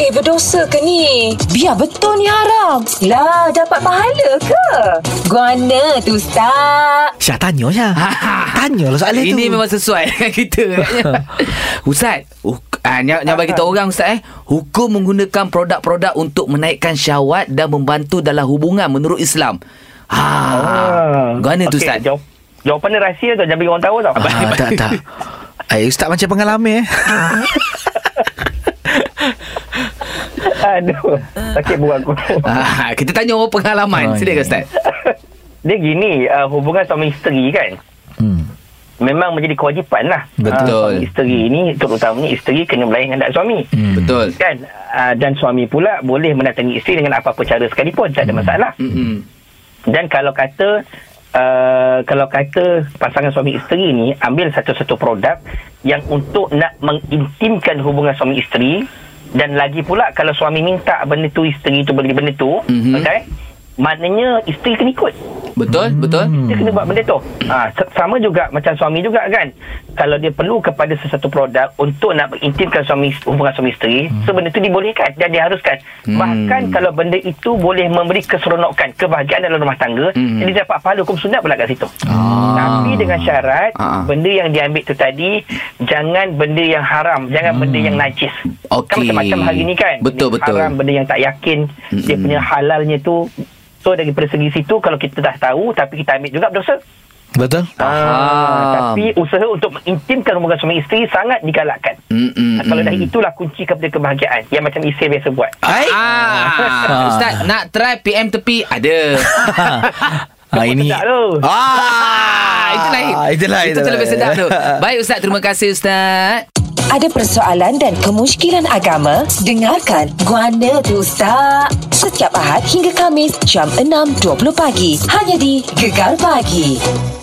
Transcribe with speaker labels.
Speaker 1: Eh, berdosa ke ni?
Speaker 2: Biar betul ni haram.
Speaker 1: Lah, dapat pahala ke? Guana tu, Ustaz.
Speaker 3: Syah tanya Syah Tanya lah soalan tu
Speaker 4: Ini memang sesuai dengan kita Ustaz huk- ah, Yang, yang bagi tahu orang Ustaz eh Hukum menggunakan produk-produk Untuk menaikkan syahwat Dan membantu dalam hubungan Menurut Islam Ha, Gana tu
Speaker 5: Ah. Okey,
Speaker 4: Ustaz
Speaker 5: Jawab, jawapan ni rahsia tau. Jangan bagi orang tahu tau.
Speaker 3: ah, Tak tak Eh ustaz macam pengalaman eh
Speaker 5: Aduh. Sakit buat aku.
Speaker 4: ha, Kita tanya orang pengalaman
Speaker 3: Oh,
Speaker 4: Silakan
Speaker 3: ya.
Speaker 4: Ustaz
Speaker 5: Dia gini, uh, hubungan suami isteri kan.
Speaker 3: hmm.
Speaker 5: Memang menjadi kewajipan lah.
Speaker 4: Betul.
Speaker 5: Ah, suami isteri ni, terutamanya isteri kena melayan anak suami.
Speaker 3: Hmm.
Speaker 4: Betul
Speaker 5: Kan? Uh, dan suami pula boleh mendatangi isteri dengan apa-apa cara sekalipun. Tak ada masalah.
Speaker 4: Mm-mm.
Speaker 5: Dan kalau kata Uh, kalau kata pasangan suami isteri ni ambil satu-satu produk yang untuk nak mengintimkan hubungan suami isteri dan lagi pula kalau suami minta benda tu isteri tu beli benda tu
Speaker 4: Mhm.
Speaker 5: mm-hmm. okay, maknanya isteri kena ikut
Speaker 4: Betul Betul
Speaker 3: Hmm.
Speaker 5: dia kena buat benda tu ha, s- sama juga macam suami juga kan kalau dia perlu kepada sesuatu produk untuk nak mengintimkan suami hubungan suami isteri
Speaker 4: Hmm.
Speaker 5: so benda tu dibolehkan dan diharuskan bahkan kalau benda itu boleh memberi keseronokan kebahagiaan dalam rumah tangga
Speaker 4: Hmm.
Speaker 5: jadi dapat pahala hukum sunat pula kat situ
Speaker 4: Ah.
Speaker 5: tapi dengan syarat
Speaker 4: Ah.
Speaker 5: benda yang diambil tu tadi jangan benda yang haram jangan benda yang najis
Speaker 4: Hmm. Okey.
Speaker 5: kan macam-macam hari ni kan
Speaker 4: Betul,
Speaker 5: benda yang
Speaker 4: betul.
Speaker 5: haram benda yang tak yakin
Speaker 4: Mm-mm.
Speaker 5: dia punya halalnya tu So daripada segi situ kalau kita dah tahu tapi kita ambil juga berdosa. Ah,
Speaker 3: Betul
Speaker 4: Faham.
Speaker 5: tapi usaha untuk mengintimkan hubungan suami isteri sangat digalakkan.
Speaker 4: Mm-mm.
Speaker 5: Kalau dah itulah kunci kepada kebahagiaan yang macam isteri biasa buat.
Speaker 3: Hai
Speaker 4: Ah, Ustaz nak try PM tepi Ada
Speaker 3: ah, Ini
Speaker 5: Tak tu.
Speaker 3: Ah,
Speaker 4: Itu lain
Speaker 3: Itu lain
Speaker 4: Itu lebih sedap tu Baik Ustaz Terima kasih Ustaz
Speaker 1: Ada persoalan dan kemusykilan agama? Dengarkan Guana tu, Ustaz. Setiap Ahad hingga Kamis, jam 6.20 pagi. Hanya di Gegar Pagi.